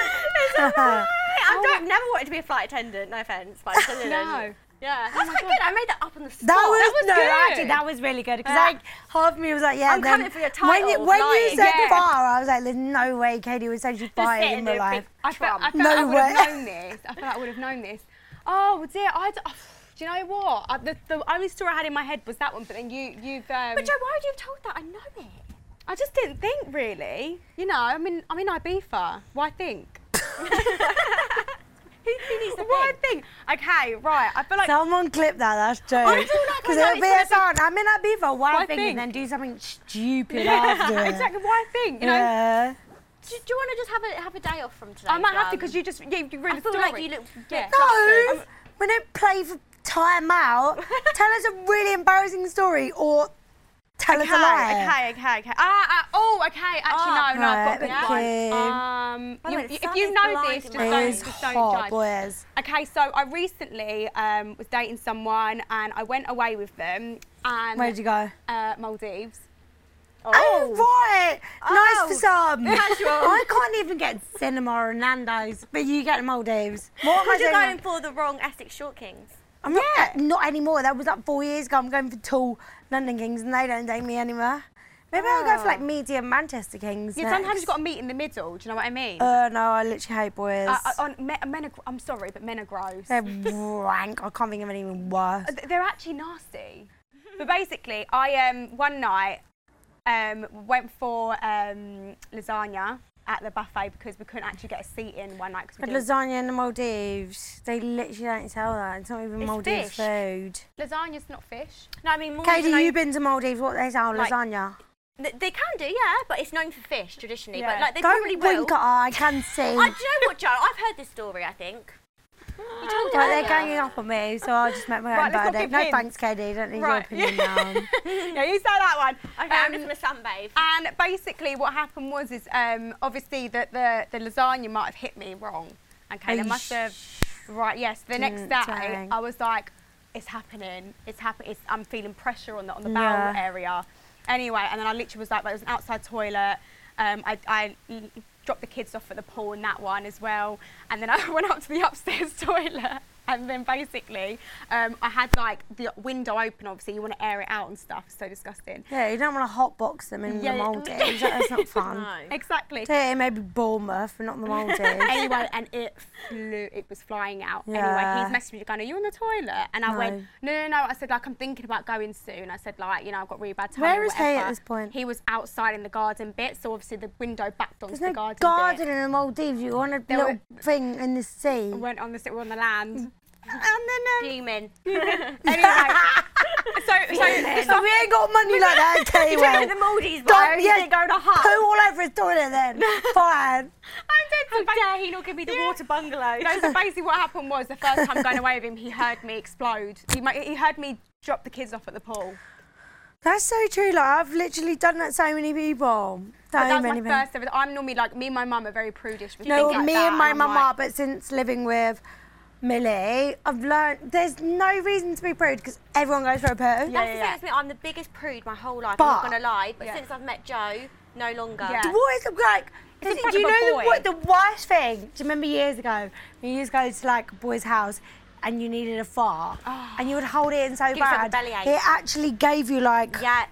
It's a lie. I don't, never wanted to be a flight attendant, no offence. But I didn't. No. Yeah, that's quite good. I made Oh that up on the spot. That was, was no, good. actually, that was really good because Yeah. like half me was like, yeah. I'm and then coming for your When you, title, when you lying. said Yeah. far, I was like, there's no way Katie would say she farted sitting in there, real life. big- I felt, I felt No I would way. have known this. I felt I would have known this. Oh dear, I. d- oh, do you know what? I, the, the only story I had in my head was that one, but then you, you've. Um, But Joe, why would you have told that? I know it. I just didn't think really. You know, I mean, I'm in Ibiza. Why think? Who, who needs to Why think? think? Okay, right. I feel like Someone clip that, that's I true. feel like I Because know it'll be a it's song. I'm in Ibiza, why Why thing, think? and then do something stupid after. yeah, exactly. Why think? You know, Yeah. Do, do you want to just have a have a day off from today? I might have to Jan? because you just you, you really Um, I feel story. like you look. Yeah. Yeah. No, we don't play for time out. tell us a really embarrassing story or tell us a lie. Okay, okay, okay. Ah, ah, oh, okay. Actually, Ah, no, no, I've got right, a okay. good one. Um, the you- way, the if sun you is know this, just blinding don't, It's just don't hot, judge. boys. Okay, so I recently um, was dating someone and I went away with them and Where'd you go? Uh, Maldives. Oh, right. Nice for some. Oh. Casual. I can't even get cinema or Nando's, but you get Maldives. What am I Because you're doing? going for the wrong Essex Short Kings. I'm not, not anymore. That was like four years ago. I'm going for tall London Kings and they don't take me anywhere. Maybe I'll go for like medium Manchester Kings. Yeah, sometimes you've got to meet in the middle. Do you know what I mean? Uh, no, I literally hate boys. Uh, uh, on, me, men are, gr- I'm sorry, but men are gross. They're rank. I can't think of anything worse. Th- They're actually nasty. but basically, I um one night um went for um lasagna at the buffet because we couldn't actually get a seat in one night. 'cause we Had didn't- lasagna in the Maldives. They literally don't sell that. It's not even It's Maldives fish. food. Lasagna's not fish. No, I mean more. Katie, known, you've been to Maldives. What they sell? Like, lasagna. th- They can do, yeah, but it's known for fish traditionally. Yeah. But like they probably Don't will. wink at her. I can see. I, do you know what, Joe? I've heard this story. I think. You told Right, her. they're ganging up on me, so I'll just make my own Right, let's not verdict. give No hints. thanks, Katie. Don't need Right. your opinion now. yeah, you say that one. Okay, I'm Um, just gonna sunbathe. And basically, what happened was is um, obviously that the, the lasagna might have hit me wrong. Okay, they must have. Right, yes. The next Mm, day, dang. I was like, "It's happening. It's happening. I'm feeling pressure on the on the Yeah. bowel area." Anyway, and then I literally was like, "There was an outside toilet." Um, I, I l- dropped the kids off at the pool in that one as well, and then I went up to the upstairs toilet. And then basically, um, I had like the window open. Obviously, you want to air it out and stuff. It's so disgusting. yeah, you don't want to hotbox them in Yeah. the Maldives. That's not fun. Exactly. Yeah, it may be Bournemouth, but not the Maldives. anyway, and it flew, it was flying out. Yeah. Anyway, he's messaged me going, Are you on the toilet? And I went, No, no, no. I said, Like, I'm thinking about going soon. I said, Like, you know, I've got really bad time. Where or is he at whatever." this point? He was outside in the garden bit, so obviously the window backed onto There's the no garden. garden, Bit. in the Maldives. You want a There little thing in the sea. um, Went on the, we were on the land. Fuming. anyway, so, so, So we ain't got money like that, Katie. well. the Maldives, but I Don't only yeah, did go to half. poo all over his toilet then. Fine. I did How dare he not give me the water bungalow? No, so basically what happened was the first time going away with him, he heard me explode. He, ma- he heard me drop the kids off at the pool. That's so true. Like I've literally done that so many people. So But that was many my people. first ever. I'm normally like me and my mum are very prudish. With No, things like me that, and my I'm mum like- are, but since living with Millie, I've learned there's no reason to be prude because everyone goes for a poo. That's the thing with me. I'm the biggest prude my whole life. But- I'm not gonna lie, but Yeah. since I've met Joe, no longer. Yeah. What is like? It's in do front you of a know the, boy. what the worst thing? Do you remember years ago when you used to go to like a boy's house and you needed a fart and you would hold it in so Gives like a bad bellyache. it actually gave you like Yeah.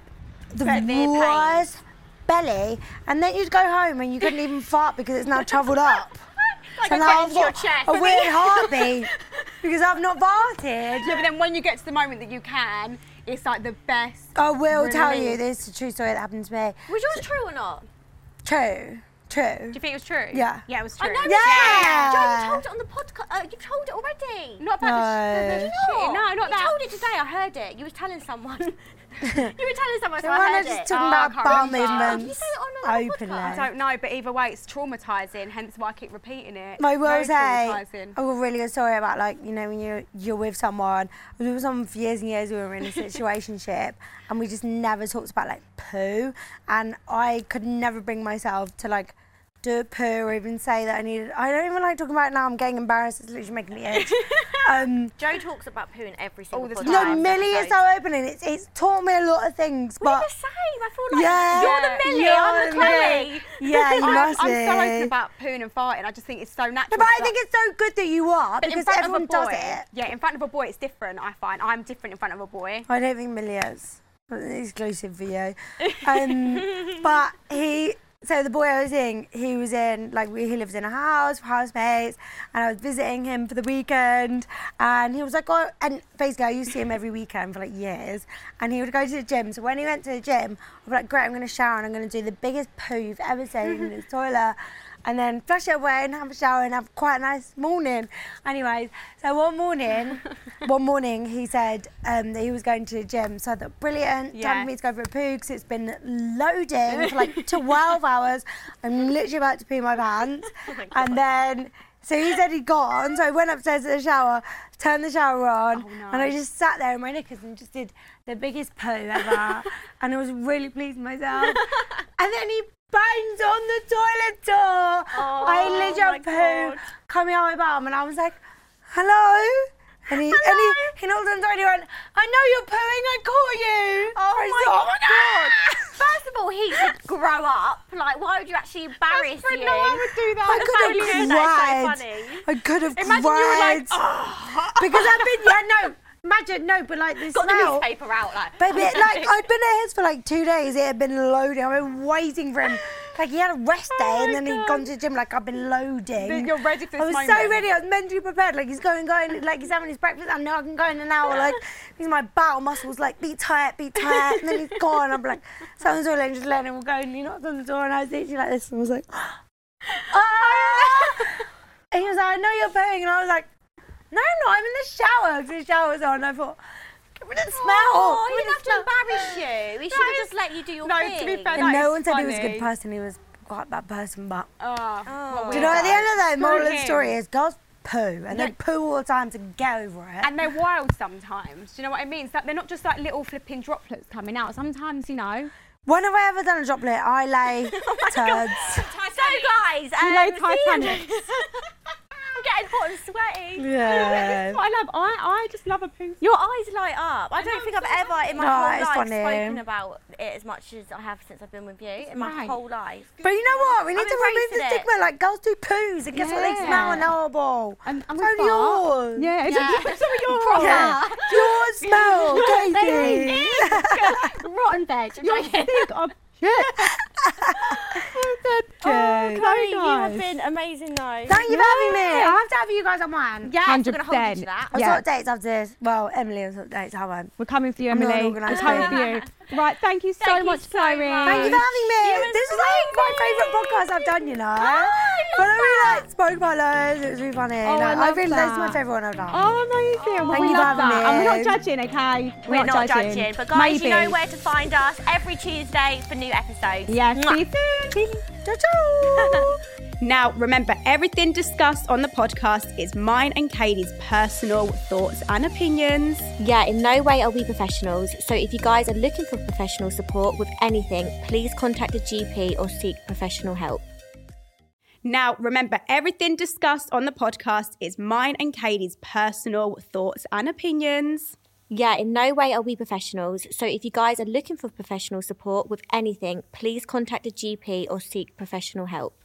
the severe pain. worst belly, and then you'd go home and you couldn't even fart because it's now travelled up. Like So I now get I've into your got chest. a weird heartbeat. because I've not farted. No, but then when you get to the moment that you can, it's like the best. I will tell Really? you, this is a true story that happened to me. Was yours true or not? Do True, true. you think it was true? Yeah. Yeah, it was I true. know. No, it was Yeah. true. Joe, you told it on the podcast. Uh, you told it already. Not about the, sh- the, the Sure. shit. No, not you that. told it today. I heard it. You were telling someone. you were telling someone. So The I one I heard was just it. talking Oh, I about can't bowel remember. movements. You said it on another Openly. podcast. I don't know, but either way, it's traumatizing. Hence why I keep repeating it. I Very will say, traumatising. I will really good story about like you know when you you're with someone. I was with someone for years and years. We were in a situationship, and we just never talked about like poo. And I could never bring myself to like do a poo or even say that I needed. I don't even like talking about it now. I'm getting embarrassed. It's literally making me itch. um, Oh. Joe talks about poo in every single All the podcast. no, time. Millie is so open, and it's it's taught me a lot of things. We're But the same. I feel like Yeah. you're the Millie. I'm the You're Chloe. the- yeah, you I'm, must I'm be. so open about pooing and farting. I just think it's so No, natural. but I Like- think it's so good that you are But because in front everyone of a boy, does it. Yeah, in front of a boy, it's different. I find I'm different in front of a boy. I don't think Millie is. That's an exclusive video. Um, but he, so the boy I was in, he was in, like, we, he lives in a house, we're housemates, and I was visiting him for the weekend. And he was like, oh, and basically, I used to see him every weekend for like years. And he would go to the gym. So when he went to the gym, I'd be like, great, I'm going to shower and I'm going to do the biggest poo you've ever seen in the toilet. And then flush it away and have a shower and have quite a nice morning. Anyways, so one morning, one morning he said um, that he was going to the gym. So I thought, brilliant, time Yeah. for me to go for a poo because it's been loading for like 12 hours. I'm literally about to pee my pants. and then, so he said he'd gone. So I went upstairs to the shower, turned the shower on, and I just sat there in my knickers and just did the biggest poo ever. and I was really pleased with myself. and then he bangs on the toilet door. I literally poo coming out my bum, and I was like, hello? And he, and he, he knocked on the door and he went, I know you're pooing, I caught you. Oh I my, said, god. First of all, he should grow up. Like, why would you actually embarrass But you? no one would do that. I That's could so have weird. That's so cried. funny. I could have Imagine cried. you were like, "Oh." because I've been, yeah, no, imagine, no, but like this Got the now. newspaper out, like. Baby, it, like I'd been at his for like two days. It had been loading. I've been waiting for him. Like he had a rest Oh day and then he'd gone to the gym. Like I've been loading. Then you're ready for I was this so moment. ready. I was mentally prepared. Like he's going, going. Like he's having his breakfast. I know I can go in an hour. Like because my bowel muscles like be tight, be tight. And then he's gone. I'm like, someone's all in, just letting him go. And he knocked on the door and I was literally like this and I was like, ah. And he was like, I know you're paying. And I was like, no, no, I'm in the shower because the shower's on. I thought, give me the smell. Oh, give he me the didn't have to smell." embarrass you. He should have just let you do your No, thing. to be fair, And that no is one said he was a good funny. person. He was quite a bad person, but Oh, you know, at the end of the day, Screw moral of the him. story is girls poo, and they poo all the time to get over it. and they're wild sometimes. Do you know what I mean? It's like they're not just like little flipping droplets coming out. Sometimes, you know. when have I ever done a droplet? I lay Oh turds. So, guys, um, know see you Titanic. next- I'm getting hot and sweaty. That's what I love. I, I just love a poo. Your eyes light up. I don't think I've ever in my No, whole it's life funny. spoken about it as much as I have since I've been with you. In my right. whole life. But you know what? We need I'm to remove the embracing it. stigma. Like girls do poos, and guess what? They smell Yeah. and they're horrible. And, It's and we only fart. yours. Yeah, it's yeah. it's only yours. Yeah. Yours smell, Katie. Rotten veg. You're sick of shit. oh, God. Good. Chloe, you nice. have been amazing though. Thank you for having me. I have to have you guys on one. yeah, I'm gonna hold you 100%. to that. I'll Yeah. sort dates after this. Well, Emily will sort dates. I won't. We're coming for you, I'm not an Emily. We're organised coming for person. you. Right, thank you so Thank you much, so Chloe. much. Thank you for having You me. was This is like my favourite podcast I've done, you Oh, know. But I really like spoke about loads. It was really funny. Oh, I like, I, love really, this is my that. favourite one I've done. Oh, amazing. Well, Thank we you for love having that. And we're me. not judging, okay? We're not, judging. but guys, you know where to find us every Tuesday for new episodes. Yeah, see Mwah. you soon. Ciao, ciao. Now, remember, everything discussed on the podcast is mine and Katie's personal thoughts and opinions. Yeah, in no way are we professionals, so if you guys are looking for professional support with anything, please contact a GP or seek professional help. Now, remember, everything discussed on the podcast is mine and Katie's personal thoughts and opinions. Yeah, in no way are we professionals, so if you guys are looking for professional support with anything, please contact a GP or seek professional help.